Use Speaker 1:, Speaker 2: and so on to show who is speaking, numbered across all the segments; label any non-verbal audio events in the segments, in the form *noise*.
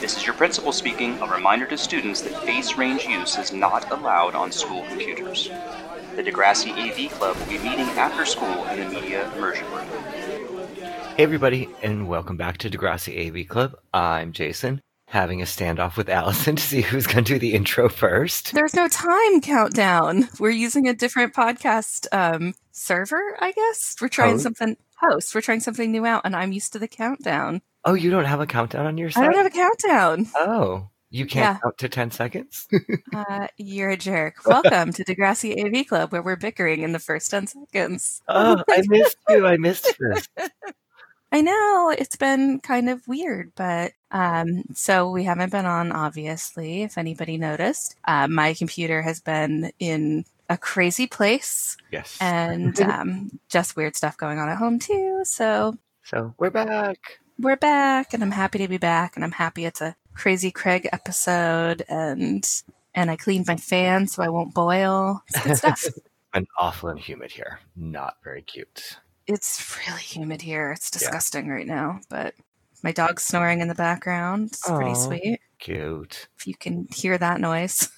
Speaker 1: This is your principal speaking. A reminder to students that phase range use is not allowed on school computers. The Degrassi AV Club will be meeting after school in the media immersion room.
Speaker 2: Hey, everybody, and welcome back to Degrassi AV Club. I'm Jason, having a standoff with *laughs* Allison to see who's going to do the intro first.
Speaker 3: There's no time countdown. We're using a different podcast um, server, I guess. We're trying
Speaker 2: Host?
Speaker 3: something host. We're trying something new out, and I'm used to the countdown.
Speaker 2: Oh, you don't have a countdown on your
Speaker 3: I
Speaker 2: side?
Speaker 3: don't have a countdown. *laughs*
Speaker 2: Oh, you can't
Speaker 3: Yeah.
Speaker 2: count to 10
Speaker 3: *laughs*
Speaker 2: seconds?
Speaker 3: Uh, you're a jerk. Welcome to Degrassi AV Club, where we're bickering in the first 10 seconds.
Speaker 2: oh, I missed you. I missed
Speaker 3: *laughs*
Speaker 2: this.
Speaker 3: I know it's been kind of weird, but um, so we haven't been on, obviously, if anybody noticed. Uh, my computer has been in a crazy place
Speaker 2: Yes. *laughs*
Speaker 3: and um, just weird stuff going on at home, too. So
Speaker 2: so we're back.
Speaker 3: we're back and I'm happy to be back and I'm happy it's a crazy Craig episode and and I cleaned my fan so I won't boil. It's
Speaker 2: *laughs*
Speaker 3: good stuff.
Speaker 2: An awful and humid here. Not very cute.
Speaker 3: it's really humid here. It's
Speaker 2: Yeah.
Speaker 3: disgusting right now, but my dog's snoring in the background. It's pretty
Speaker 2: Aw.
Speaker 3: sweet.
Speaker 2: Cute.
Speaker 3: If you can hear
Speaker 2: *laughs*
Speaker 3: that noise.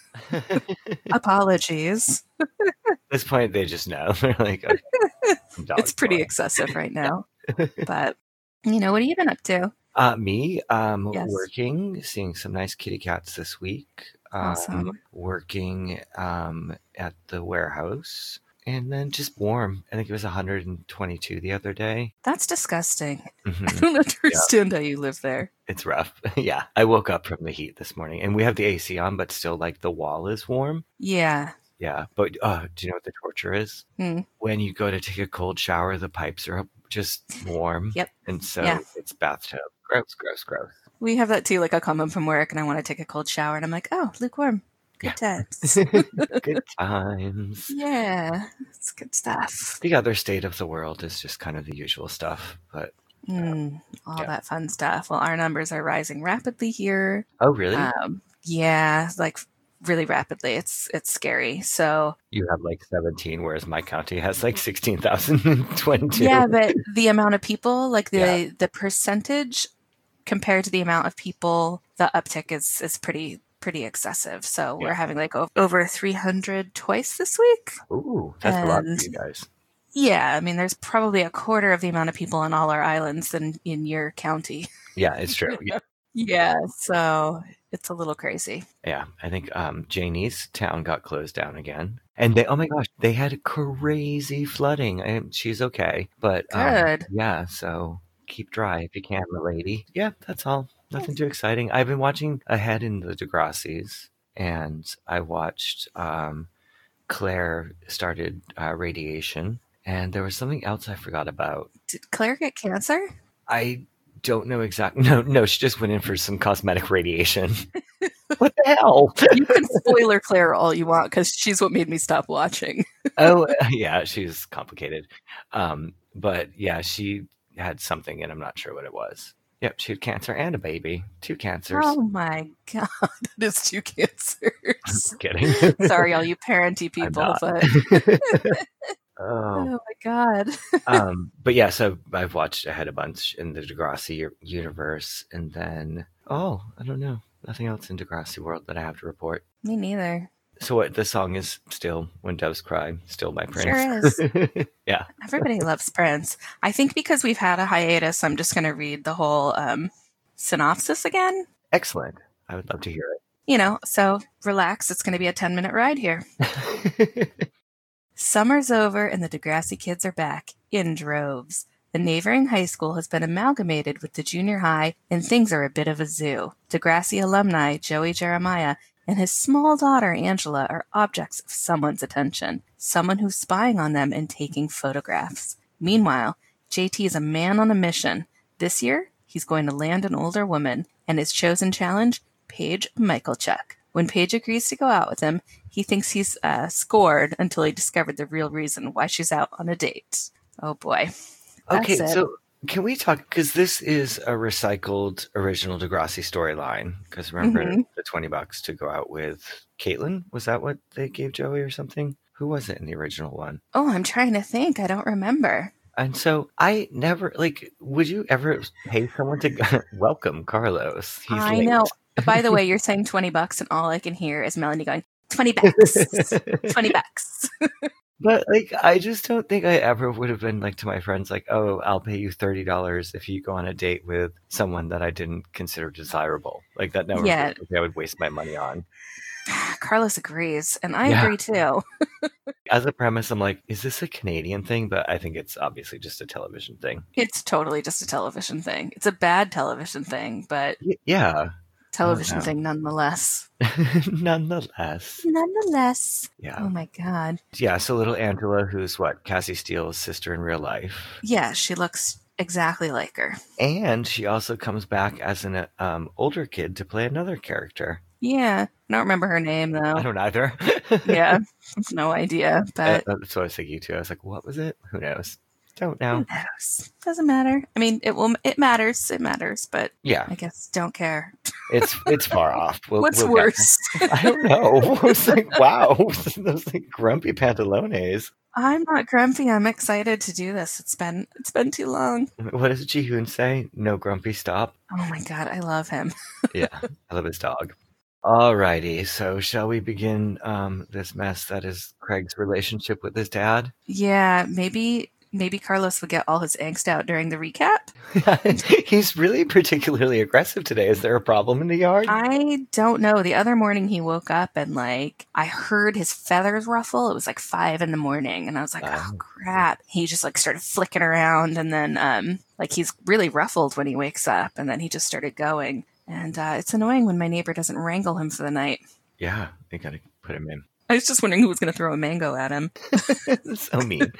Speaker 2: At
Speaker 3: Apologies.
Speaker 2: this point, they just know. *laughs* They're like, "Oh,
Speaker 3: *laughs*
Speaker 2: okay, dog's
Speaker 3: it's pretty
Speaker 2: fine.
Speaker 3: excessive
Speaker 2: *laughs*
Speaker 3: right now. but you know, what have you been up to?
Speaker 2: Uh, me, um,
Speaker 3: Yes.
Speaker 2: working, seeing some nice kitty cats this week. Um,
Speaker 3: Awesome.
Speaker 2: Working um, at the warehouse, and then just warm. I think it was 122 the other day.
Speaker 3: That's disgusting. *laughs* I
Speaker 2: Mhm.
Speaker 3: don't understand how you live there.
Speaker 2: it's rough. *laughs* yeah, I woke up from the heat this morning, and we have the AC on, but still, like the wall is warm.
Speaker 3: Yeah.
Speaker 2: Yeah, but uh, do you know what the torture is?
Speaker 3: Hmm.
Speaker 2: When you go to take a cold shower, the pipes are just warm.
Speaker 3: Yep.
Speaker 2: And so
Speaker 3: Yeah.
Speaker 2: it's bathtub. Gross, gross, gross.
Speaker 3: *laughs* We have that too. Like I'll come home from work and I want to take a cold shower, and I'm like, oh, lukewarm. Good times.
Speaker 2: Good times.
Speaker 3: yeah, it's good stuff.
Speaker 2: the other state of the world is just kind of the usual stuff. But
Speaker 3: Mm, all
Speaker 2: Yeah.
Speaker 3: that fun stuff. Well, our numbers are rising rapidly here.
Speaker 2: oh, really?
Speaker 3: Um, yeah, like really rapidly. It's it's scary. So
Speaker 2: you have like 17, whereas my county has like 16,022.
Speaker 3: yeah, but the amount of people, like the
Speaker 2: Yeah.
Speaker 3: the percentage compared to the amount of people, the uptick is is pretty pretty excessive. So
Speaker 2: Yeah.
Speaker 3: we're having like o- over 300 twice this week.
Speaker 2: Ooh, that's a lot
Speaker 3: And-
Speaker 2: for you guys.
Speaker 3: Yeah, I mean, there's probably a quarter of the amount of people on all our islands than in your county.
Speaker 2: Yeah, it's true. Yeah.
Speaker 3: Yeah, so it's a little crazy.
Speaker 2: yeah. I think um, Janie's town got closed down again. And they, oh my gosh, they had crazy flooding. And she's okay. But um,
Speaker 3: Good.
Speaker 2: yeah, so keep dry if you can, my lady. Yeah, that's all. Nothing too exciting. I've been watching ahead in the Degrassi's, and I watched um, Claire started uh, radiation, and there was something else I forgot about.
Speaker 3: Did Claire get cancer?
Speaker 2: I don't know exactly. *laughs* No, no, she just went in for some cosmetic radiation. what the hell?
Speaker 3: You *laughs* can spoiler Claire all you want because she's what made me stop watching. *laughs*
Speaker 2: oh *laughs* yeah she's complicated um but yeah she had something and i'm not sure what it was yep she had cancer and a baby two cancers
Speaker 3: Oh my god, *laughs* it is two cancers.
Speaker 2: *laughs* kidding
Speaker 3: *laughs* Sorry, all you parenty people,
Speaker 2: not.
Speaker 3: but
Speaker 2: *laughs* oh
Speaker 3: *laughs* oh my god,
Speaker 2: um but yeah so i've watched ahead a bunch in the degrassi u- universe and then oh i don't know nothing else in degrassi world that i have to report
Speaker 3: me neither.
Speaker 2: so what the song is still when doves cry still my prince
Speaker 3: Sure
Speaker 2: *laughs*
Speaker 3: is.
Speaker 2: yeah
Speaker 3: Everybody loves Prince. I think because we've had a hiatus, I'm just going to read the whole um, synopsis again.
Speaker 2: excellent i would love to hear
Speaker 3: You know, so relax. It's going to be a 10 minute ride here.
Speaker 2: it
Speaker 3: Summer's over and the Degrassi kids are back in droves. The neighboring high school has been amalgamated with the junior high, and things are a bit of a zoo. Degrassi alumni Joey Jeremiah and his small daughter Angela are objects of someone's attention, someone who's spying on them and taking photographs. Meanwhile, JT is a man on a mission. This year, he's going to land an older woman, and his chosen challenge, Paige Michaelchuk. When Paige agrees to go out with him, he thinks he's uh, scored until he discovered the real reason why she's out on a date. Oh boy. That's
Speaker 2: Okay,
Speaker 3: it.
Speaker 2: so can we talk? Because this is a recycled original Degrassi storyline. Because remember
Speaker 3: Mhm.
Speaker 2: the 20 bucks to go out with Caitlin? Was that what they gave Joey or something? Who was it in the original one?
Speaker 3: Oh, I'm trying to think. I don't remember.
Speaker 2: And so I never like. Would you ever pay someone to *laughs* welcome Carlos? He's
Speaker 3: I
Speaker 2: late.
Speaker 3: know. By the way,
Speaker 2: *laughs*
Speaker 3: you're saying 20 bucks, and all I can hear is Melanie going,
Speaker 2: *laughs*
Speaker 3: 20 bucks, 20 bucks. *sighs*
Speaker 2: But like, I just don't think I ever would have been like to my friends like, "Oh, I'll pay you thirty dollars if you go on a date with someone that I didn't consider desirable." Like that never.
Speaker 3: Yeah.
Speaker 2: was something I would waste my money on.
Speaker 3: Carlos agrees, and I
Speaker 2: Yeah.
Speaker 3: agree too.
Speaker 2: As a premise, I'm like, "Is this a Canadian thing?" But I think it's obviously just a television thing.
Speaker 3: It's totally just a television thing. It's a bad television thing, but
Speaker 2: Y- yeah.
Speaker 3: television
Speaker 2: Oh, no.
Speaker 3: thing nonetheless.
Speaker 2: *laughs* Nonetheless.
Speaker 3: Nonetheless. Oh
Speaker 2: Yeah.
Speaker 3: my God.
Speaker 2: Yeah. So little Angela, who's what Cassie Steele's sister in real life,
Speaker 3: Yeah, she looks exactly like her.
Speaker 2: and she also comes back as an uh, um, older kid to play another character.
Speaker 3: Yeah. I don't remember her name,
Speaker 2: I
Speaker 3: though. *laughs*
Speaker 2: don't either. *laughs*
Speaker 3: Yeah. *laughs* no idea,
Speaker 2: Uh,
Speaker 3: but
Speaker 2: that's what I was thinking too. I was like, what was it? Who knows? Don't know.
Speaker 3: who knows? Doesn't matter. I mean, it will. It matters. It matters, but
Speaker 2: Yeah,
Speaker 3: I guess don't care.
Speaker 2: it's it's far off. We'll,
Speaker 3: What's
Speaker 2: we'll get
Speaker 3: worse? *laughs*
Speaker 2: there. I don't know. *laughs* I was like, wow, *laughs* those like grumpy pantalones.
Speaker 3: I'm not grumpy. I'm excited to do this. It's been it's been too long.
Speaker 2: What does Jihoon say? No grumpy stop.
Speaker 3: Oh my god, I love him.
Speaker 2: Yeah, I love his dog. Alrighty, so shall we begin um, this mess that is Craig's relationship with his dad? *laughs*
Speaker 3: Yeah, maybe maybe Carlos would get all his angst out during the recap.
Speaker 2: He's really particularly aggressive today. Is there a problem in the yard?
Speaker 3: I don't know. The other morning he woke up and like I heard his feathers ruffle. It was like five in the morning, and I was like,
Speaker 2: Wow.
Speaker 3: oh crap. He just like started flicking around, and then um like he's really ruffled when he wakes up, and then he just started going. And uh, it's annoying when my neighbor doesn't wrangle him for the night.
Speaker 2: yeah, they gotta put him in. *laughs*
Speaker 3: I was just wondering who was going to throw a mango at him.
Speaker 2: so mean.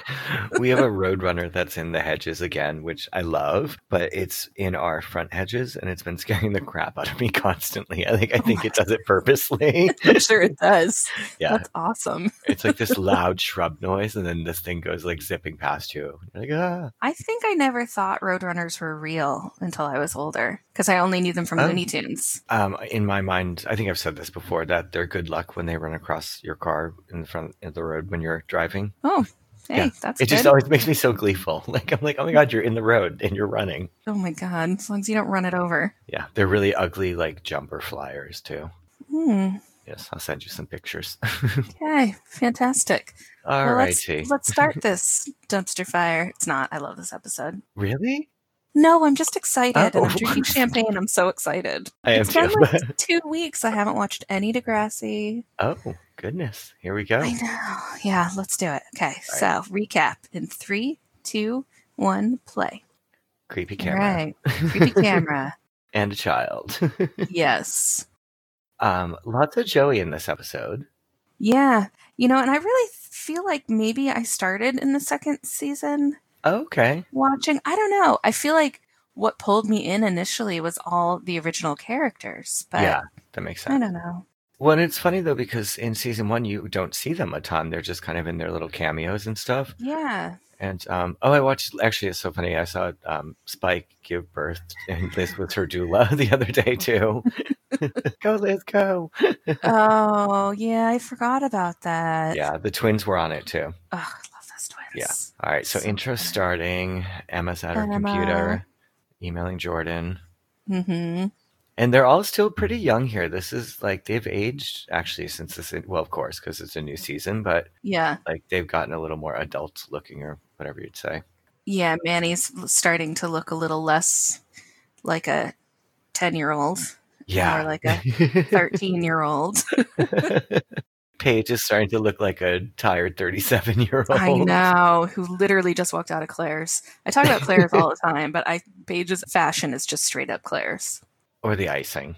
Speaker 2: We have a roadrunner that's in the hedges again, which I love, but it's in our front hedges and it's been scaring the crap out of me constantly. I think I think it does it purposely.
Speaker 3: I'm sure it does.
Speaker 2: *laughs* Yeah.
Speaker 3: That's awesome.
Speaker 2: It's like this loud shrub noise and then this thing goes like zipping past you. You're like, ah.
Speaker 3: I think I never thought Roadrunners were real until I was older because I only knew them from
Speaker 2: Oh.
Speaker 3: Looney Tunes.
Speaker 2: Um, in my mind, I think I've said this before that they're good luck when they run across your car in the front of the road when you're driving.
Speaker 3: Hey,
Speaker 2: Yeah.
Speaker 3: that's
Speaker 2: It
Speaker 3: good.
Speaker 2: just always makes me so gleeful. *laughs* Like I'm like, oh my god, you're in the road and you're running.
Speaker 3: oh my God. As long as you don't run it over.
Speaker 2: Yeah, they're really ugly, like jumper flyers too.
Speaker 3: Hmm.
Speaker 2: Yes, I'll send you some pictures. *laughs*
Speaker 3: Okay. Fantastic.
Speaker 2: All
Speaker 3: Well,
Speaker 2: righty.
Speaker 3: let's, let's
Speaker 2: *laughs*
Speaker 3: start this dumpster fire. It's not. I love this episode.
Speaker 2: Really?
Speaker 3: No, I'm just excited.
Speaker 2: Oh.
Speaker 3: And I'm drinking champagne. I'm so excited.
Speaker 2: *laughs* I am
Speaker 3: It's been
Speaker 2: too. *laughs*
Speaker 3: like two weeks. I haven't watched any Degrassi.
Speaker 2: oh, goodness. Here we go.
Speaker 3: I know. Yeah, let's do it. Okay, so recap in three, two, one, play.
Speaker 2: Creepy
Speaker 3: All
Speaker 2: camera. *laughs*
Speaker 3: right. Creepy camera.
Speaker 2: and a child. *laughs*
Speaker 3: yes.
Speaker 2: um, lots of Joey in this episode.
Speaker 3: Yeah. You know, and I really feel like maybe I started in the second season
Speaker 2: Okay.
Speaker 3: watching. I don't know. I feel like what pulled me in initially was all the original characters, but
Speaker 2: yeah, that makes
Speaker 3: I
Speaker 2: sense.
Speaker 3: don't know.
Speaker 2: Well, and it's funny though, because in season one, you don't see them a ton. They're just kind of in their little cameos and stuff.
Speaker 3: Yeah.
Speaker 2: And um, oh, I watched. Actually, it's so funny. I saw um, Spike give birth, *laughs* and Liz was her doula *laughs* the other
Speaker 3: *laughs*
Speaker 2: day too. *laughs* go, Liz, go.
Speaker 3: oh, yeah. I forgot about that.
Speaker 2: Yeah, the twins were on it too.
Speaker 3: Oh, I love those twins.
Speaker 2: Yeah. All right, so
Speaker 3: So
Speaker 2: intro
Speaker 3: good.
Speaker 2: starting. Emma's at her
Speaker 3: Emma.
Speaker 2: computer, emailing Jordan,
Speaker 3: Mm-hmm.
Speaker 2: and they're all still pretty young here. This is like they've aged actually since this. Well, of course, because it's a new season, but
Speaker 3: Yeah.
Speaker 2: like they've gotten a little more adult looking or whatever you'd say.
Speaker 3: Yeah, Manny's starting to look a little less like a 10
Speaker 2: *laughs*
Speaker 3: year old,
Speaker 2: Yeah, *laughs*
Speaker 3: More like a 13 year old.
Speaker 2: Paige is starting to look like a tired thirty-seven-year-old.
Speaker 3: I know, who literally just walked out of Claire's. I talk about Claire's all the time, but I Paige's fashion is just straight up Claire's.
Speaker 2: Or the icing.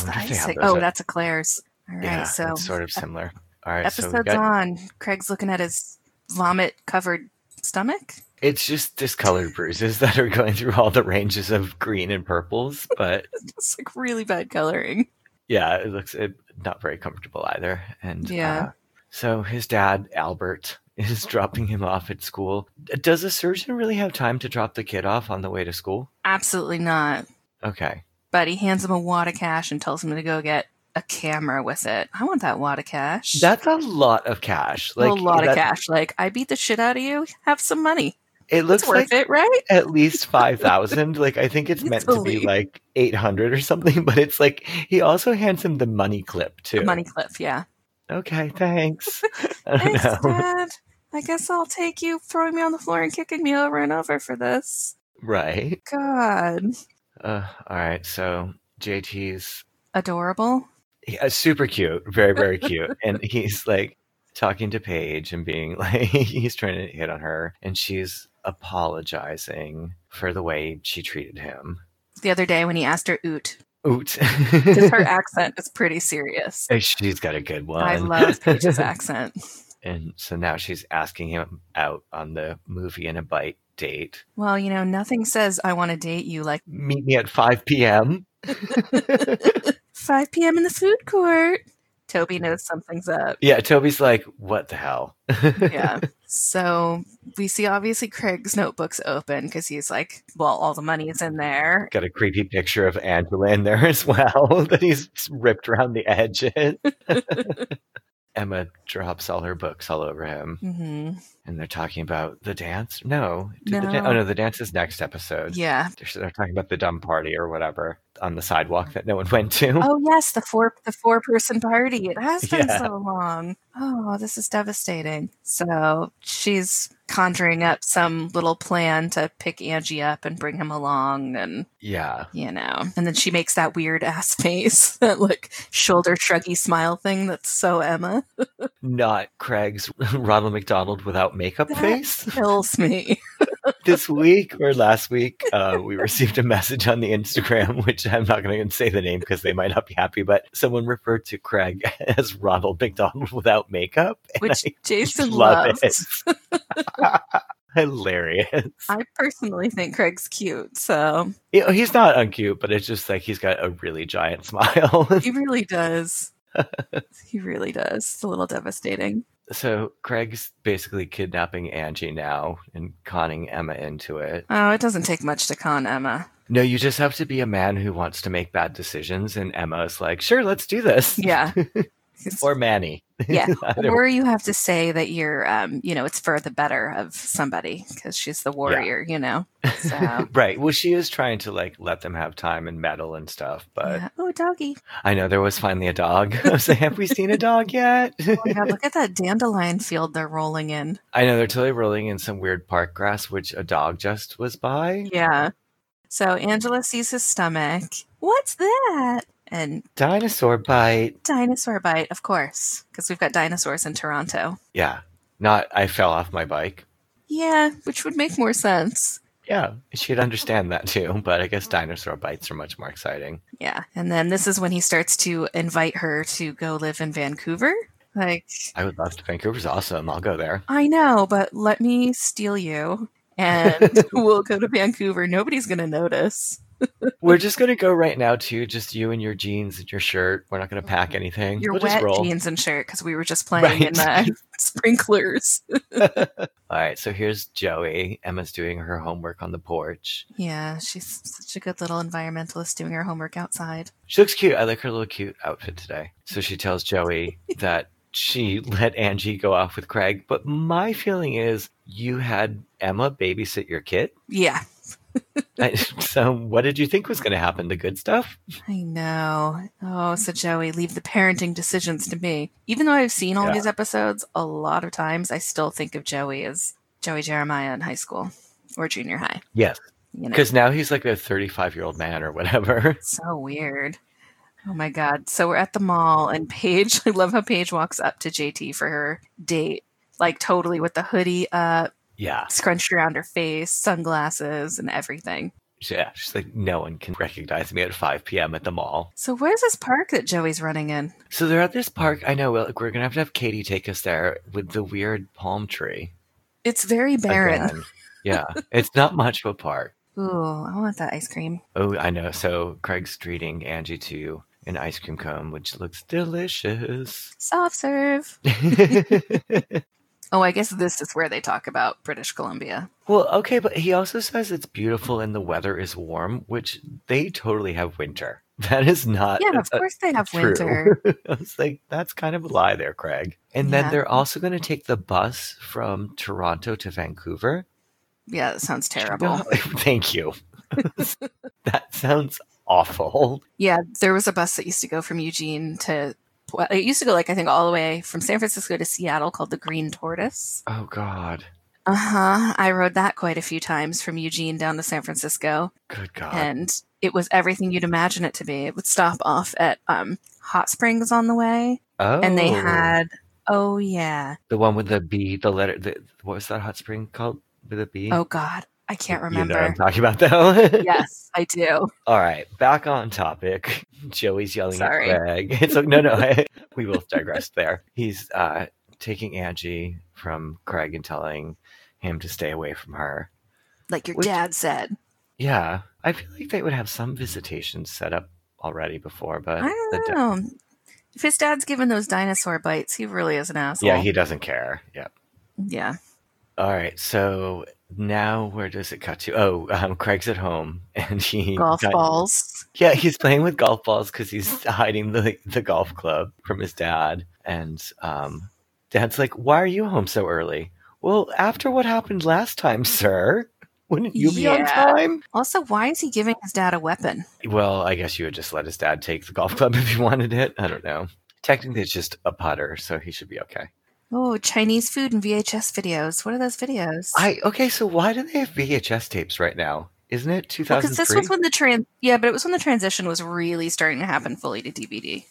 Speaker 2: I
Speaker 3: the
Speaker 2: wonder if they
Speaker 3: ice
Speaker 2: have
Speaker 3: thing?
Speaker 2: those
Speaker 3: Oh,
Speaker 2: at-
Speaker 3: that's a Claire's. All right,
Speaker 2: yeah,
Speaker 3: so
Speaker 2: it's sort of similar. All right, so we
Speaker 3: episode's
Speaker 2: got
Speaker 3: on. Craig's looking at his vomit covered stomach. *laughs*
Speaker 2: it's just discolored bruises that are going through all the ranges of green and purples, but
Speaker 3: It's like really bad coloring.
Speaker 2: yeah, it looks it, not very comfortable either. And
Speaker 3: Yeah.
Speaker 2: uh, so his dad Albert is *laughs* dropping him off at school. Does a surgeon really have time to drop the kid off on the way to school?
Speaker 3: Absolutely not.
Speaker 2: Okay,
Speaker 3: But he hands him a wad of cash and tells him to go get a camera with it. I want that wad of cash.
Speaker 2: that's a lot of cash. Like
Speaker 3: a lot of
Speaker 2: that-
Speaker 3: cash. Like, I beat the shit out of you. Have some money.
Speaker 2: It looks
Speaker 3: It's
Speaker 2: like
Speaker 3: worth it, right?
Speaker 2: at
Speaker 3: *laughs*
Speaker 2: least 5,000. like, I think it's meant to be
Speaker 3: Easily.
Speaker 2: like 800 or something, *laughs* but it's like he also hands him the money clip, too.
Speaker 3: Money clip, yeah.
Speaker 2: Okay,
Speaker 3: *laughs*
Speaker 2: thanks. *laughs* I don't
Speaker 3: Thanks,
Speaker 2: know.
Speaker 3: Dad. I guess I'll take you throwing me on the floor and kicking me over and over for this.
Speaker 2: *laughs* Right.
Speaker 3: God.
Speaker 2: Uh, all right. So JT's
Speaker 3: Adorable.
Speaker 2: yeah, uh, super cute, very, very cute.
Speaker 3: *laughs*
Speaker 2: and he's like talking to Paige and being *laughs* like, he's trying to hit on her, and she's apologizing for the way she treated him.
Speaker 3: The other day when he asked her oot,
Speaker 2: Oot.
Speaker 3: because her accent is pretty serious.
Speaker 2: She's got a good one.
Speaker 3: I love Paige's accent.
Speaker 2: *laughs* and so now she's asking him out on the movie and a bite date.
Speaker 3: Well, you know, nothing says I want to date you like
Speaker 2: Meet me at 5 p.m.
Speaker 3: 5 p.m. in the food court. Toby knows something's up.
Speaker 2: yeah, Toby's like, what the hell?
Speaker 3: yeah. So we see obviously Craig's notebook's open because he's like, well, all the money is in there.
Speaker 2: Got a creepy picture of Angela in there *laughs* as well that he's ripped around the edges. *laughs* Emma drops all her books all over him,
Speaker 3: hmm
Speaker 2: and they're talking about the dance. No, did The dan-
Speaker 3: No.
Speaker 2: oh no, the dance is next episode.
Speaker 3: Yeah.
Speaker 2: They're, they're talking about the dumb party or whatever on the sidewalk that no one went to.
Speaker 3: Oh yes, the four the four person party. It has been
Speaker 2: Yeah.
Speaker 3: so long. Oh, this is devastating. So she's conjuring up some little plan to pick Angie up and bring him along, and
Speaker 2: Yeah,
Speaker 3: you know, and then she makes that weird ass *laughs* face, that like shoulder shruggy smile thing. That's so Emma
Speaker 2: not Craig's *laughs* Ronald McDonald without makeup
Speaker 3: That-
Speaker 2: face.
Speaker 3: kills
Speaker 2: *laughs*
Speaker 3: me.
Speaker 2: this week or last week, uh,
Speaker 3: *laughs*
Speaker 2: we received a message on the Instagram, *laughs* which I'm not going to say the name because they might not be happy, but someone referred to Craig *laughs* as Ronald McDonald without makeup. *laughs* and
Speaker 3: Which Jason
Speaker 2: love
Speaker 3: loves.
Speaker 2: it. *laughs* Hilarious.
Speaker 3: I personally think Craig's cute, so
Speaker 2: You know, he's not uncute, but it's just like he's got a really giant *laughs* smile.
Speaker 3: he
Speaker 2: *laughs*
Speaker 3: really does. he really does. It's a little devastating.
Speaker 2: so Craig's basically kidnapping Angie now and conning Emma into it.
Speaker 3: Oh, it doesn't take much to con Emma.
Speaker 2: No, you just have to be a man who wants to make bad decisions. And Emma's like, sure, let's do this.
Speaker 3: Yeah. It's-
Speaker 2: *laughs* Or Manny. *laughs*
Speaker 3: yeah.
Speaker 2: Either
Speaker 3: Or you have to say that you're, um, you know, it's for the better of somebody because she's the warrior,
Speaker 2: *laughs*
Speaker 3: you know. So,
Speaker 2: Right. Well, she is trying to like let them have time and meddle and stuff, but
Speaker 3: yeah. oh, doggy!
Speaker 2: I know there was finally a dog. *laughs* I was like, have we seen a dog yet? *laughs*
Speaker 3: Oh my God, look at that dandelion field they're rolling in.
Speaker 2: I know they're totally rolling in some weird park grass, which a dog just was by.
Speaker 3: Yeah. So Angela sees his stomach. What's that? And
Speaker 2: Dinosaur bite.
Speaker 3: dinosaur bite, of course, because we've got dinosaurs in Toronto.
Speaker 2: Yeah. Not, I fell off my bike.
Speaker 3: Yeah, which would make more sense.
Speaker 2: Yeah. She'd understand that too, but I guess dinosaur bites are much more exciting.
Speaker 3: Yeah. And then this is when he starts to invite her to go live in Vancouver. Like,
Speaker 2: I would love to. Vancouver's awesome. I'll go there.
Speaker 3: I know, but let me steal you
Speaker 2: *laughs*
Speaker 3: and we'll go to Vancouver. Nobody's going to notice.
Speaker 2: We're just going to go right now too. Just you and your jeans and your shirt. We're not going to pack anything.
Speaker 3: Mm-hmm. Your
Speaker 2: we'll
Speaker 3: wet
Speaker 2: just roll.
Speaker 3: jeans and shirt because we were just playing in
Speaker 2: *laughs* Right.
Speaker 3: the sprinklers.
Speaker 2: All right, so here's Joey. Emma's doing her homework on the porch.
Speaker 3: Yeah, she's such a good little environmentalist doing her homework outside.
Speaker 2: She looks cute. I like her little cute outfit today. So she tells
Speaker 3: *laughs*
Speaker 2: Joey that she let Angie go off with Craig, but my feeling is you had Emma babysit your kid.
Speaker 3: Yeah, *laughs*
Speaker 2: I- *laughs* so what did you think was going to happen? The good stuff?
Speaker 3: I know. Oh, so Joey, leave the parenting decisions to me. Even though I've seen all
Speaker 2: Yeah.
Speaker 3: these episodes a lot of times, I still think of Joey as Joey Jeremiah in high school or junior high.
Speaker 2: Yes,
Speaker 3: You know,
Speaker 2: because now he's like a 35 year old man or whatever. *laughs*
Speaker 3: so weird. Oh my God. So we're at the mall, and Paige, *laughs* I love how Paige walks up to JT for her date, like totally with the hoodie up,
Speaker 2: Yeah,
Speaker 3: scrunched around her face, sunglasses, and everything.
Speaker 2: yeah. She's like, no one can recognize me at 5 p.m. at the mall.
Speaker 3: So where's this park that Joey's running in?
Speaker 2: So they're at this park. I know. Like, we're gonna have to have Katie take us there with the weird palm tree.
Speaker 3: It's very barren.
Speaker 2: again. Yeah, it's not much of a park.
Speaker 3: Ooh, I want that ice cream.
Speaker 2: Oh, I know. So Craig's treating Angie to an ice cream cone, which looks delicious. *laughs*
Speaker 3: Soft serve. Oh, I guess this is where they talk about British Columbia.
Speaker 2: well, okay, but he also says it's beautiful and the weather is warm, which they totally have winter. *laughs* That is not.
Speaker 3: Yeah, of
Speaker 2: uh,
Speaker 3: course they have
Speaker 2: true.
Speaker 3: winter.
Speaker 2: *laughs* I was like, that's kind of a lie there, Craig. And
Speaker 3: Yeah.
Speaker 2: then they're also going to take the bus from Toronto to Vancouver.
Speaker 3: Yeah, that sounds terrible.
Speaker 2: *laughs* Thank
Speaker 3: *laughs*
Speaker 2: you. that sounds awful.
Speaker 3: Yeah, there was a bus that used to go from Eugene to well, it used to go like I think all the way from San Francisco to Seattle called the Green Tortoise.
Speaker 2: Oh God.
Speaker 3: Uh huh. I rode that quite a few times from Eugene down to San Francisco,
Speaker 2: Good God.
Speaker 3: and it was everything you'd imagine it to be. It would stop off at um, hot springs on the way,
Speaker 2: oh.
Speaker 3: and they had oh yeah,
Speaker 2: the one with the B, the letter. The, what was that hot spring called? With a B.
Speaker 3: oh god, I can't remember.
Speaker 2: You know what I'm talking about
Speaker 3: *laughs*
Speaker 2: though.
Speaker 3: yes, I do.
Speaker 2: All right, back on topic. *laughs* Joey's yelling
Speaker 3: Sorry.
Speaker 2: at Greg. *laughs* It's like no, no. I- we both digressed there. He's uh, taking Angie from Craig and telling him to stay away from her.
Speaker 3: Like your
Speaker 2: Which-
Speaker 3: dad said,
Speaker 2: Yeah, I feel like they would have some visitation set up already before, but
Speaker 3: I don't
Speaker 2: the-
Speaker 3: know. If his dad's given those dinosaur bites, he really is an asshole.
Speaker 2: yeah, he doesn't care. Yep.
Speaker 3: yeah.
Speaker 2: All right, so now where does it cut to? Oh, um, Craig's at home *laughs* and he
Speaker 3: golf
Speaker 2: got-
Speaker 3: balls.
Speaker 2: Yeah, he's playing with golf balls because he's *laughs* hiding the the golf club from his dad, and um, dad's like, "Why are you home so early?" Well, after what happened last time, sir, wouldn't you be on
Speaker 3: Yeah.
Speaker 2: time?
Speaker 3: Also, why is he giving his dad a weapon?
Speaker 2: Well, I guess you would just let his dad take the golf *laughs* club if he wanted it. I don't know. Technically, it's just a putter, so he should be okay.
Speaker 3: Oh, Chinese food and VHS videos. What are those videos?
Speaker 2: I okay. So why do they have VHS tapes right now? Isn't it two
Speaker 3: because
Speaker 2: thousand
Speaker 3: this
Speaker 2: three?
Speaker 3: was when the trans yeah, but it was when the transition was really starting to happen fully to DVD.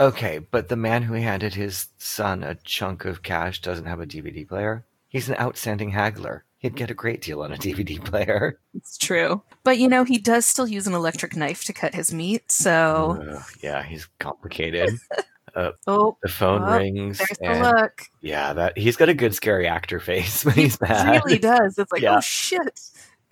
Speaker 2: Okay, but the man who handed his son a chunk of cash doesn't have a DVD player. He's an outstanding haggler. He'd get a great deal on a *laughs* DVD player.
Speaker 3: It's true, but you know he does still use an electric knife to cut his meat. So
Speaker 2: Ugh, yeah, he's complicated.
Speaker 3: oh,
Speaker 2: The phone
Speaker 3: Oh,
Speaker 2: rings.
Speaker 3: there's the
Speaker 2: and-
Speaker 3: look.
Speaker 2: yeah, that he's got a good scary actor face *laughs* when *laughs*
Speaker 3: He
Speaker 2: he's mad.
Speaker 3: really does. It's like
Speaker 2: Yeah.
Speaker 3: oh shit,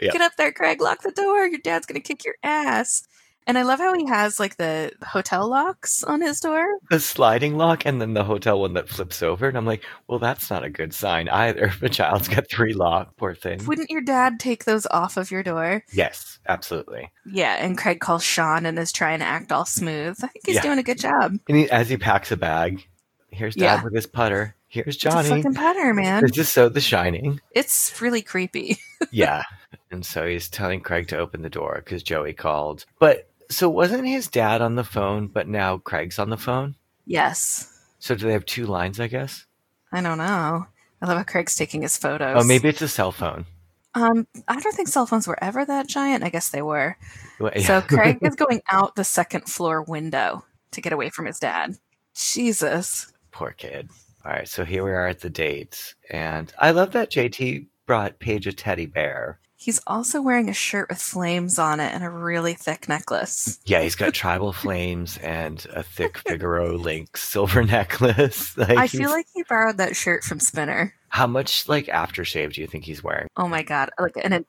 Speaker 2: Yeah.
Speaker 3: get up there, Craig. Lock the door. Your dad's gonna kick your ass. And I love how he has like the hotel locks on his door.
Speaker 2: The sliding lock and then the hotel one that flips over, and I'm like, well, that's not a good sign either. If a child's got three lock, poor thing.
Speaker 3: Wouldn't your dad take those off of your door?
Speaker 2: Yes, absolutely.
Speaker 3: Yeah, and Craig calls Sean and is trying to act all smooth. I think he's
Speaker 2: Yeah.
Speaker 3: doing a good job.
Speaker 2: And he, as he packs a bag, here's Dad
Speaker 3: Yeah.
Speaker 2: with his putter. Here's
Speaker 3: It's a
Speaker 2: Johnny.
Speaker 3: fucking putter, man.
Speaker 2: This is so The
Speaker 3: *laughs*
Speaker 2: Shining.
Speaker 3: It's really creepy. *laughs*
Speaker 2: yeah. And so he's telling Craig to open the door because Joey called. But so wasn't his dad on the phone, but now Craig's on the phone?
Speaker 3: Yes.
Speaker 2: So do they have two lines, I guess?
Speaker 3: I don't know. I love how Craig's taking his photos.
Speaker 2: Oh, maybe it's a cell phone.
Speaker 3: Um, I don't think cell phones were ever that giant. I guess they were.
Speaker 2: Well,
Speaker 3: So
Speaker 2: *laughs* yeah.
Speaker 3: Craig is going out the second floor window to get away from his dad. Jesus.
Speaker 2: Poor kid. All right. So here we are at the date. And I love that JT brought Paige a teddy bear.
Speaker 3: He's also wearing a shirt with flames on it and a really thick necklace.
Speaker 2: Yeah, he's got
Speaker 3: *laughs*
Speaker 2: tribal flames and a thick Figaro link silver *laughs* necklace. like
Speaker 3: I
Speaker 2: he's-
Speaker 3: feel like he borrowed that shirt from Spinner.
Speaker 2: how much like aftershave do you think he's wearing? *laughs*
Speaker 3: Oh my god, like an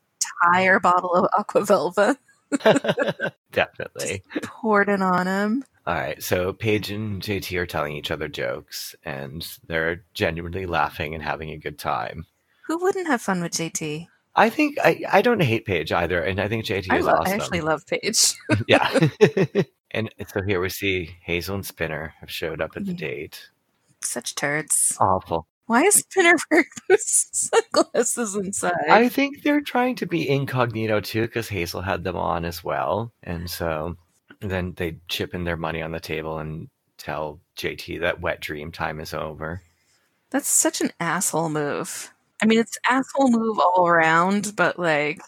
Speaker 3: entire bottle of Aquavelva
Speaker 2: Definitely.
Speaker 3: poured in on him.
Speaker 2: All right, so Paige and JT are telling each other jokes, and they're genuinely laughing and having a good time.
Speaker 3: Who wouldn't have fun with JT?
Speaker 2: I think I, I don't hate Paige either, and I think JT
Speaker 3: I,
Speaker 2: is
Speaker 3: lo- I
Speaker 2: awesome.
Speaker 3: actually love Paige. *laughs*
Speaker 2: yeah. *laughs* and so here we see Hazel and Spinner have showed up at the
Speaker 3: Mhm.
Speaker 2: date.
Speaker 3: Such turds.
Speaker 2: Awful.
Speaker 3: Why is Spinner wearing those *laughs* sunglasses inside?
Speaker 2: I think they're trying to be incognito too, because Hazel had them on as well, and so then they chip in their money on the table and tell JT that wet dream time is over.
Speaker 3: That's such an asshole move. I mean, it's asshole move all around, but like,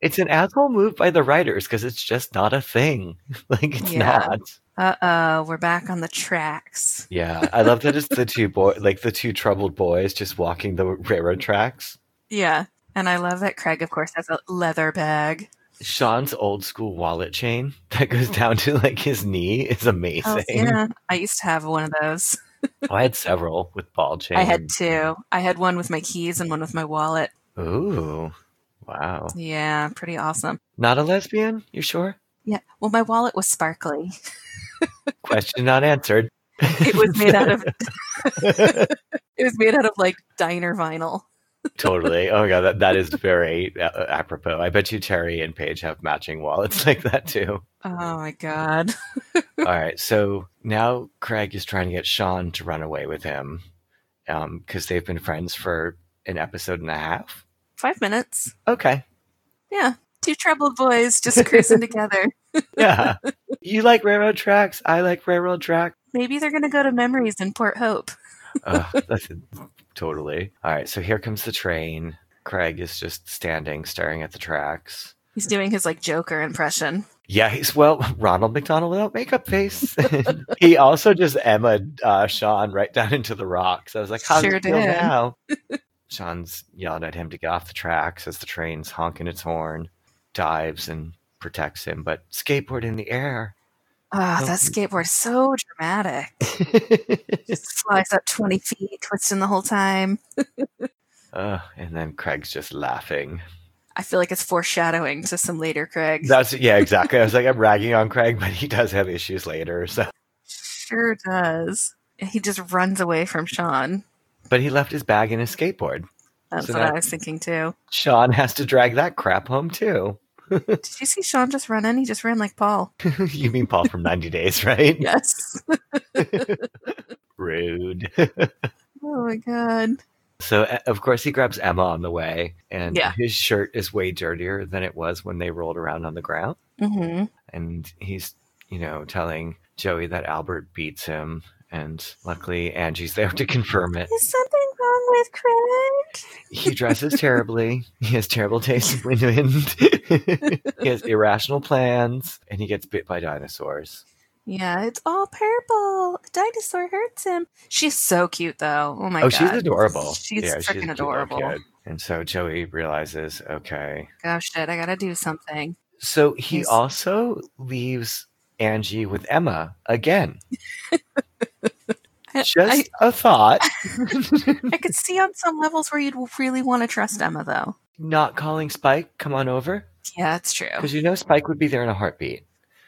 Speaker 2: It's an asshole move by the writers because it's just not a thing. *laughs* Like it's
Speaker 3: Yeah.
Speaker 2: not.
Speaker 3: uh oh, we're back on the tracks.
Speaker 2: Yeah, I love that it's the two boy, like the two troubled boys, just walking the railroad tracks.
Speaker 3: Yeah. And I love that Craig, of course, has a
Speaker 2: *laughs*
Speaker 3: leather bag.
Speaker 2: Sean's old school wallet chain *laughs* that goes down to like his knee is amazing.
Speaker 3: Oh, yeah. I used to have one of those.
Speaker 2: Oh, I had several with ball chains.
Speaker 3: I had two. I had one with my keys and one with my wallet.
Speaker 2: Ooh, wow!
Speaker 3: Yeah, pretty awesome.
Speaker 2: Not a lesbian? You sure?
Speaker 3: Yeah. Well, my wallet was *laughs* sparkly.
Speaker 2: Question not answered. *laughs*
Speaker 3: It was made out of it was made out of like diner vinyl.
Speaker 2: totally. Oh my god, that, that is very uh, apropos. I bet you Terry and Paige have matching wallets *laughs* like that too.
Speaker 3: Oh my god.
Speaker 2: All right. So now Craig is trying to get Sean um, to run away with him because they've been friends for an episode and a half.
Speaker 3: Five minutes.
Speaker 2: Okay.
Speaker 3: Yeah. Two troubled boys just *laughs* cruising together.
Speaker 2: Yeah. you like railroad tracks. I like railroad track.
Speaker 3: Maybe they're going to go to memories in Port Hope.
Speaker 2: Ugh, that's totally. All right. So here comes the train. Craig is just standing, staring at the tracks.
Speaker 3: He's doing his like Joker impression.
Speaker 2: Yeah, he's well, Ronald McDonald without makeup face. *laughs* he also just Emma uh, Sean right down into the rocks. I was like, how
Speaker 3: Sure
Speaker 2: does it feel
Speaker 3: did. *laughs*
Speaker 2: now? Sean's yelling at him to get off the tracks as the train's honking its horn, dives and protects him, but skateboard in the
Speaker 3: *laughs*
Speaker 2: air.
Speaker 3: Ah,
Speaker 2: No.
Speaker 3: that skateboard's so dramatic. *laughs* Just flies up 20 feet, twisting the whole time.
Speaker 2: Ugh, and then Craig's just laughing.
Speaker 3: I feel like it's foreshadowing to some later Craig.
Speaker 2: That's yeah, exactly. I was like, I'm ragging on Craig, but he does have issues later. So,
Speaker 3: sure does. He just runs away from Sean.
Speaker 2: but he left his bag and his skateboard.
Speaker 3: That's
Speaker 2: So
Speaker 3: what I
Speaker 2: that-
Speaker 3: was thinking too.
Speaker 2: Sean has to drag that crap home too. *laughs*
Speaker 3: Did you see Sean just run in? He just ran like Paul.
Speaker 2: you mean Paul from 90 Days, right?
Speaker 3: Yes.
Speaker 2: Rude.
Speaker 3: *laughs*
Speaker 2: *laughs*
Speaker 3: Oh my god.
Speaker 2: so, uh, of course, he grabs Emma on the way, and
Speaker 3: Yeah.
Speaker 2: his shirt is way dirtier than it was when they rolled around on the ground.
Speaker 3: hmm
Speaker 2: And he's, you know, telling Joey that Albert beats him. And luckily, Angie's there to confirm it.
Speaker 3: Is something wrong with Craig?
Speaker 2: He dresses terribly. He has terrible taste in women. *laughs* he has irrational plans, and he gets bit by dinosaurs.
Speaker 3: Yeah, it's all purple. A dinosaur hurts him. She's so cute though. Oh my
Speaker 2: oh,
Speaker 3: god.
Speaker 2: she's adorable.
Speaker 3: She's
Speaker 2: Yeah, a
Speaker 3: freaking
Speaker 2: cute little
Speaker 3: adorable.
Speaker 2: kid. And so Joey realizes, okay.
Speaker 3: Oh shit, I gotta do something.
Speaker 2: So he
Speaker 3: He's-
Speaker 2: also leaves Angie with Emma again.
Speaker 3: *laughs* I-
Speaker 2: Just a thought.
Speaker 3: I could see on some levels where you'd really want to trust Emma though.
Speaker 2: Not calling Spike, come on over.
Speaker 3: Yeah, that's true.
Speaker 2: Because you know Spike would be there in a heartbeat.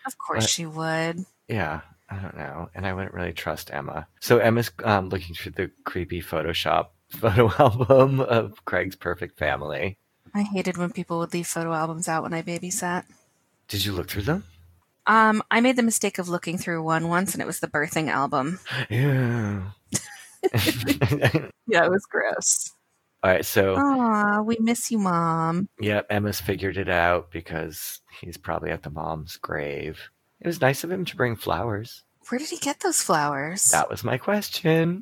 Speaker 3: Of course
Speaker 2: but-
Speaker 3: she would.
Speaker 2: Yeah, I don't know. And I wouldn't really trust Emma. So Emma's um, looking through the creepy Photoshop *laughs* photo album of Craig's perfect family.
Speaker 3: I hated when people would leave photo albums out when I babysat.
Speaker 2: Did you look through them?
Speaker 3: Um, I made the mistake of looking through one once and it was the birthing album.
Speaker 2: Yeah.
Speaker 3: Yeah, it was gross.
Speaker 2: *laughs* All right, so
Speaker 3: Oh. Aw, we miss you, Mom.
Speaker 2: Yep, Emma's figured it out because he's probably at the mom's grave. It was nice of him to bring flowers.
Speaker 3: Where did he get those flowers?
Speaker 2: That was my question.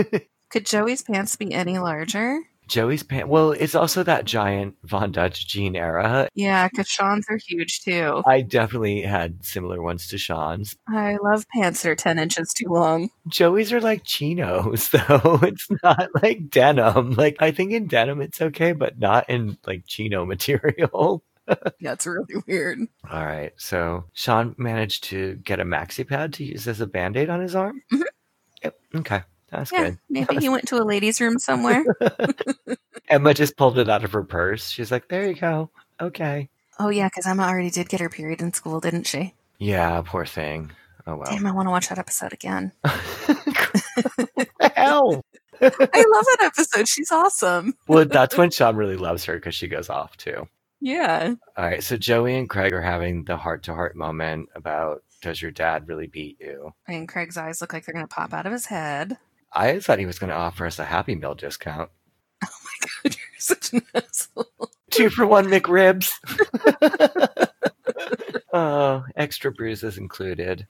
Speaker 2: *laughs*
Speaker 3: Could Joey's pants be any larger?
Speaker 2: Joey's pant. Well, it's also that giant Von Dutch jean era.
Speaker 3: Yeah, because Sean's are huge too.
Speaker 2: I definitely had similar ones to Sean's.
Speaker 3: I love pants that are 10 inches too long. *laughs*
Speaker 2: Joey's are like chinos, *laughs* though. It's not like denim. Like, I think in denim it's okay, but not in like chino *laughs* material.
Speaker 3: Yeah, it's really weird.
Speaker 2: All right. So Sean managed to get a maxi pad to use as a band aid on his arm.
Speaker 3: Mhm.
Speaker 2: Yep. Okay. That's
Speaker 3: yeah,
Speaker 2: good.
Speaker 3: maybe he went to a ladies' room somewhere.
Speaker 2: *laughs* Emma just pulled it out of her purse. She's like, there you go. Okay.
Speaker 3: oh, yeah, because Emma already did get her period in school, didn't she?
Speaker 2: Yeah. Poor thing. Oh, well. *laughs*
Speaker 3: Damn, I want to watch that episode again.
Speaker 2: Hell.
Speaker 3: I love that episode. She's awesome.
Speaker 2: Well, that's when Sean really loves her because she goes off too.
Speaker 3: Yeah.
Speaker 2: All right. So Joey and Craig are having the heart to heart moment about does your dad really beat you?
Speaker 3: And Craig's eyes look like they're going to pop out of his head. *laughs*
Speaker 2: I thought he was going to offer us a Happy Meal discount.
Speaker 3: You're such an *laughs* asshole.
Speaker 2: Two for one McRibs. *laughs* oh, extra bruises
Speaker 3: *laughs*
Speaker 2: included.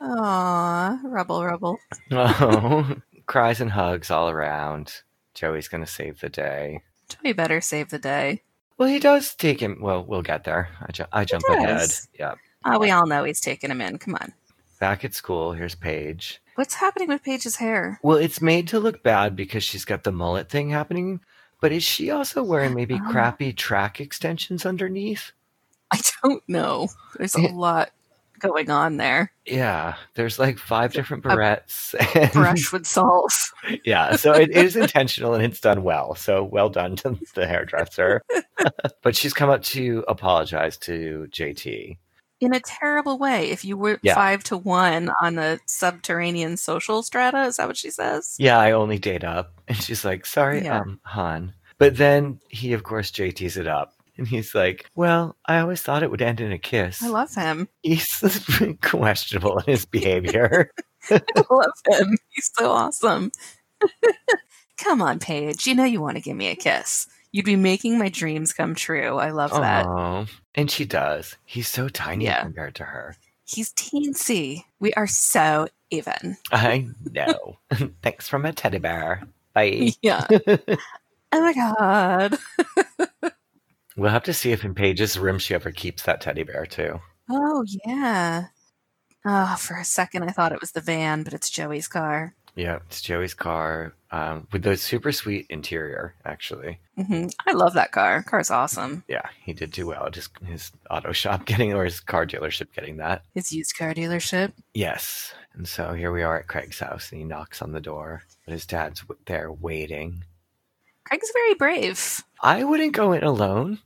Speaker 3: Aw, rubble, rubble.
Speaker 2: Oh, cries and hugs all around. Joey's going to save the day.
Speaker 3: Joey better save the day. well, we'll get there.
Speaker 2: I, ju- I jump
Speaker 3: does.
Speaker 2: ahead. Yeah.
Speaker 3: Oh, we all know he's taking him in. Come on.
Speaker 2: Back at school, here's Paige.
Speaker 3: What's happening with Paige's hair? *laughs*
Speaker 2: Well, it's made to look bad because she's got the mullet thing happening, but is she also wearing maybe
Speaker 3: Oh.
Speaker 2: crappy track extensions underneath?
Speaker 3: I don't know. There's a lot going
Speaker 2: *laughs*
Speaker 3: on there.
Speaker 2: Yeah, there's like five different barrettes. *laughs* and-
Speaker 3: Brush would solve.
Speaker 2: yeah, so it is intentional and it's done well. So well done to *laughs* the hairdresser. *laughs* but she's come up to apologize to JT.
Speaker 3: In a terrible way. If you were
Speaker 2: Yeah.
Speaker 3: five to one on the subterranean social strata, is that what she says?
Speaker 2: yeah, I only date up. And she's like, sorry,
Speaker 3: Yeah.
Speaker 2: um, Han. But then he, of course, JT's it up. And he's like, well, I always thought it would end in a kiss.
Speaker 3: I love him. *laughs*
Speaker 2: he's *laughs* questionable in his behavior.
Speaker 3: I love him. *laughs* He's so awesome. Come on, Paige. You know you want to give me a kiss. You'd be making my dreams come true. I love that.
Speaker 2: Oh, and she does. He's so tiny
Speaker 3: Yeah.
Speaker 2: compared to her.
Speaker 3: He's teensy. We are so even.
Speaker 2: I know. *laughs* Thanks from a teddy bear. Bye.
Speaker 3: *laughs* Yeah. oh my god.
Speaker 2: We'll have to see if in Paige's room she ever keeps that teddy bear too.
Speaker 3: Oh yeah. Oh, for a second I thought it was the van, but it's Joey's car.
Speaker 2: Yeah, it's Joey's car um, with the super sweet interior. Actually,
Speaker 3: hmm I love that car. Car's awesome.
Speaker 2: yeah, he did do well. Just his auto shop getting or his car dealership getting that.
Speaker 3: His used car dealership.
Speaker 2: Yes, and so here we are at Craig's house, and he knocks on the door, but his dad's w- there waiting.
Speaker 3: Craig's very brave.
Speaker 2: I wouldn't go in alone.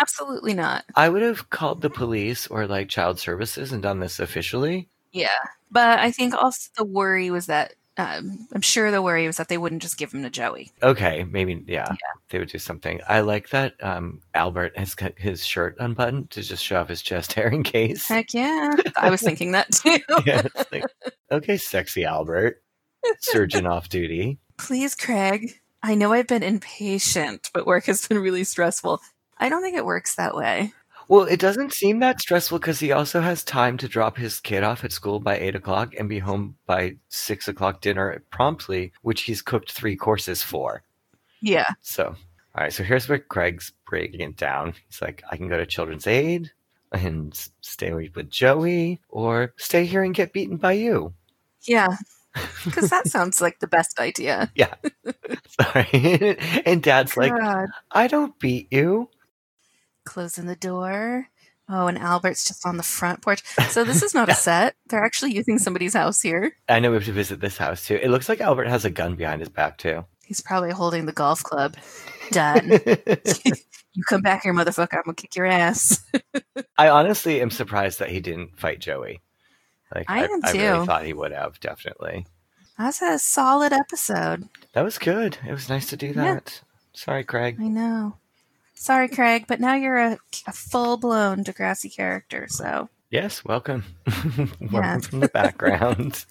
Speaker 3: Absolutely not.
Speaker 2: I would have called the police or like child services and done this officially.
Speaker 3: Yeah. But I think also the worry was that um, I'm sure the worry was that they wouldn't just give him to Joey.
Speaker 2: Okay, maybe yeah, they would do something. I like that um, Albert has got his shirt unbuttoned to just show off his chest *laughs* hair in case.
Speaker 3: Heck yeah. I was thinking that too. *laughs*
Speaker 2: yeah, it's like, okay, sexy Albert, surgeon off duty.
Speaker 3: Please, Craig. I know I've been impatient, but work has been really stressful. I don't think it works that way.
Speaker 2: Well, it doesn't seem that stressful because he also has time to drop his kid off at school by eight o'clock and be home by six o'clock dinner promptly, which he's cooked three courses for.
Speaker 3: Yeah.
Speaker 2: So, all right, so here's where Craig's breaking it down. He's like, I can go to Children's Aid and s- stay with Joey, or stay here and get beaten by you. *laughs*
Speaker 3: Yeah. Because that sounds like the best idea.
Speaker 2: Sorry. and dad's like,
Speaker 3: God.
Speaker 2: I don't beat you.
Speaker 3: Closing the door. Oh, and Albert's just on the front porch. So this is not a set. They're actually using somebody's house here.
Speaker 2: I know we have to visit this house too. It looks like Albert has a gun behind his back too. *laughs*
Speaker 3: He's probably holding the golf club. Done. you come back here, motherfucker. I'm gonna kick your ass.
Speaker 2: I honestly am surprised that he didn't fight Joey. Like
Speaker 3: I am
Speaker 2: really
Speaker 3: too.
Speaker 2: thought he would have definitely.
Speaker 3: That's a solid episode.
Speaker 2: That was good. It was nice to do
Speaker 3: Yeah.
Speaker 2: that. Sorry, Craig.
Speaker 3: I know. Sorry, Craig, but now you're a, a full blown Degrassi character. So
Speaker 2: Yes, welcome. *laughs* welcome
Speaker 3: Yeah.
Speaker 2: from the
Speaker 3: *laughs*
Speaker 2: background.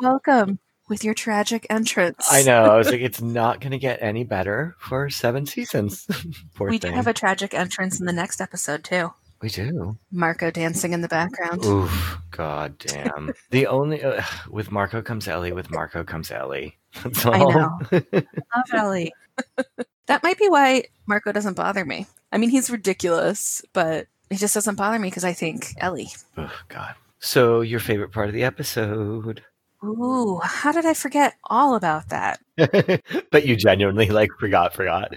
Speaker 3: welcome with your tragic entrance.
Speaker 2: I know.
Speaker 3: *laughs*
Speaker 2: I was like, it's not going to get any better for seven seasons. *laughs* Poor
Speaker 3: We do
Speaker 2: thing.
Speaker 3: have a tragic entrance in the next episode too.
Speaker 2: we do.
Speaker 3: Marco dancing in the background.
Speaker 2: Oof. God damn. the only uh, with Marco comes Ellie. With Marco comes Ellie. *laughs* That's all.
Speaker 3: I know. Love Ellie. *laughs* that might be why Marco doesn't bother me. I mean, he's ridiculous, but he just doesn't bother me because I think Ellie.
Speaker 2: Oh God. So your favorite part of the episode? *laughs*
Speaker 3: Ooh, how did I forget all about that?
Speaker 2: but you genuinely like forgot, forgot.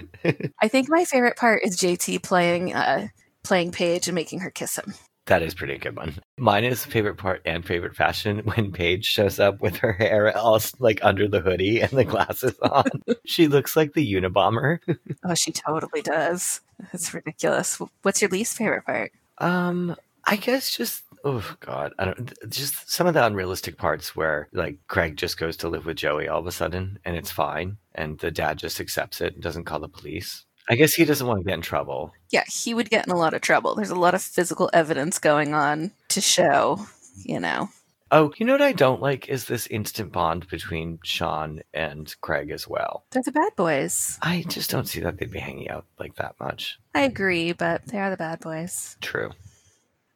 Speaker 3: I think my favorite part is JT playing uh playing Paige and making her kiss him.
Speaker 2: that is pretty good one. Mine is favorite part and favorite fashion *laughs* when Paige shows up with her hair all like under the hoodie and the glasses *laughs* on. she looks like the Unabomber.
Speaker 3: Oh, she totally does. It's ridiculous. What's your least favorite part?
Speaker 2: Um, I guess just oh god, I don't just some of the unrealistic parts where like Craig just goes to live with Joey all of a sudden and it's fine, and the dad just accepts it and doesn't call the police. I guess he doesn't want to get in trouble.
Speaker 3: Yeah, he would get in a lot of trouble. There's a lot of physical evidence going on to show, you know.
Speaker 2: Oh, you know what I don't like is this instant bond between Sean and Craig as well.
Speaker 3: They're the bad boys.
Speaker 2: I just don't see that they'd be hanging out like that much.
Speaker 3: I agree, but they are the bad boys.
Speaker 2: True.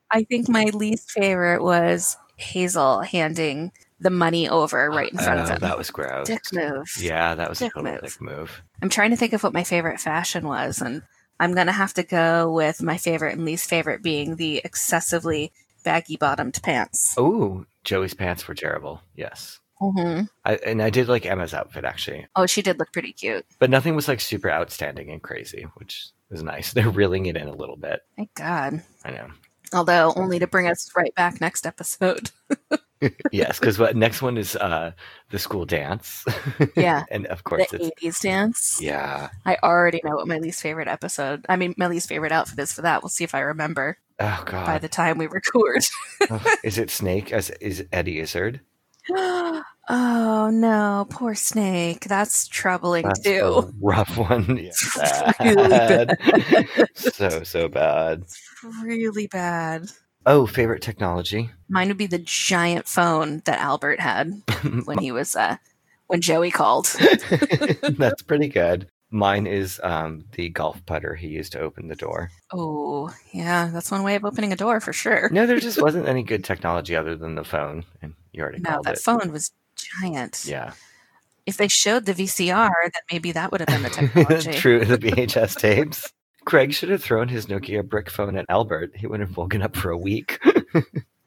Speaker 3: I think my least favorite was Hazel handing the money over right in front
Speaker 2: Oh,
Speaker 3: of him.
Speaker 2: that was gross.
Speaker 3: Dick move.
Speaker 2: Yeah, that was a
Speaker 3: Dick
Speaker 2: total
Speaker 3: move.
Speaker 2: dick move.
Speaker 3: I'm trying to think of what my favorite fashion was, and I'm gonna have to go with my favorite and least favorite being the excessively baggy bottomed pants.
Speaker 2: Oh, Joey's pants were terrible. Yes.
Speaker 3: Mhm.
Speaker 2: I, and I did like Emma's outfit actually.
Speaker 3: Oh, she did look pretty cute.
Speaker 2: but nothing was like super outstanding and crazy, which is nice. *laughs* They're reeling it in a little bit.
Speaker 3: Thank God.
Speaker 2: I know.
Speaker 3: Although only to bring us right back next episode.
Speaker 2: *laughs* Yes, because what next one is uh the school dance. *laughs*
Speaker 3: Yeah.
Speaker 2: and of
Speaker 3: The
Speaker 2: course it's
Speaker 3: 80s dance.
Speaker 2: yeah.
Speaker 3: I already know what my least favorite episode, I mean, my least favorite outfit is for that. We'll see if I remember
Speaker 2: Oh
Speaker 3: by
Speaker 2: god.
Speaker 3: the time we *laughs* record. *gasps* *laughs*
Speaker 2: Oh, is it Snake as is Eddie Izzard?
Speaker 3: oh, no. Poor Snake. That's troubling,
Speaker 2: That's
Speaker 3: too.
Speaker 2: a rough
Speaker 3: *laughs*
Speaker 2: one. Yeah,
Speaker 3: It's really
Speaker 2: bad. *laughs* so so bad.
Speaker 3: Really bad.
Speaker 2: Oh, favorite technology. *laughs*
Speaker 3: Mine would be the giant phone that Albert had when he was uh when Joey called.
Speaker 2: That's pretty good. Mine is um, the golf putter he used to open the door.
Speaker 3: Oh, yeah, that's one way of opening a door for sure.
Speaker 2: No, there just wasn't any good technology other than the phone, and you already
Speaker 3: No,
Speaker 2: called
Speaker 3: that
Speaker 2: it.
Speaker 3: phone was giant.
Speaker 2: Yeah,
Speaker 3: If they showed the VCR, then maybe that would
Speaker 2: *laughs*
Speaker 3: have been the technology.
Speaker 2: true. The VHS tapes. Craig should have thrown his Nokia brick phone at Albert. He wouldn't have woken up for a week.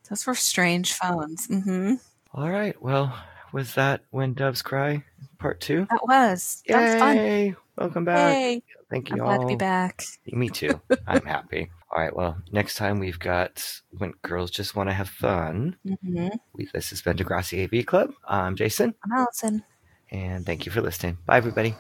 Speaker 3: Those were strange phones. hmm
Speaker 2: All right. Well, was that when doves cry, part two?
Speaker 3: That was. That was fun.
Speaker 2: Yay! Welcome back.
Speaker 3: Hey,
Speaker 2: Thank
Speaker 3: I'm
Speaker 2: you all.
Speaker 3: glad to be back.
Speaker 2: Me too.
Speaker 3: *laughs*
Speaker 2: I'm happy. All right. Well, next time we've got when girls just want to have fun.
Speaker 3: hmm
Speaker 2: We, this has been Degrassi AV Club. I'm Jason,
Speaker 3: I'm Allison.
Speaker 2: and thank you for listening. Bye, everybody.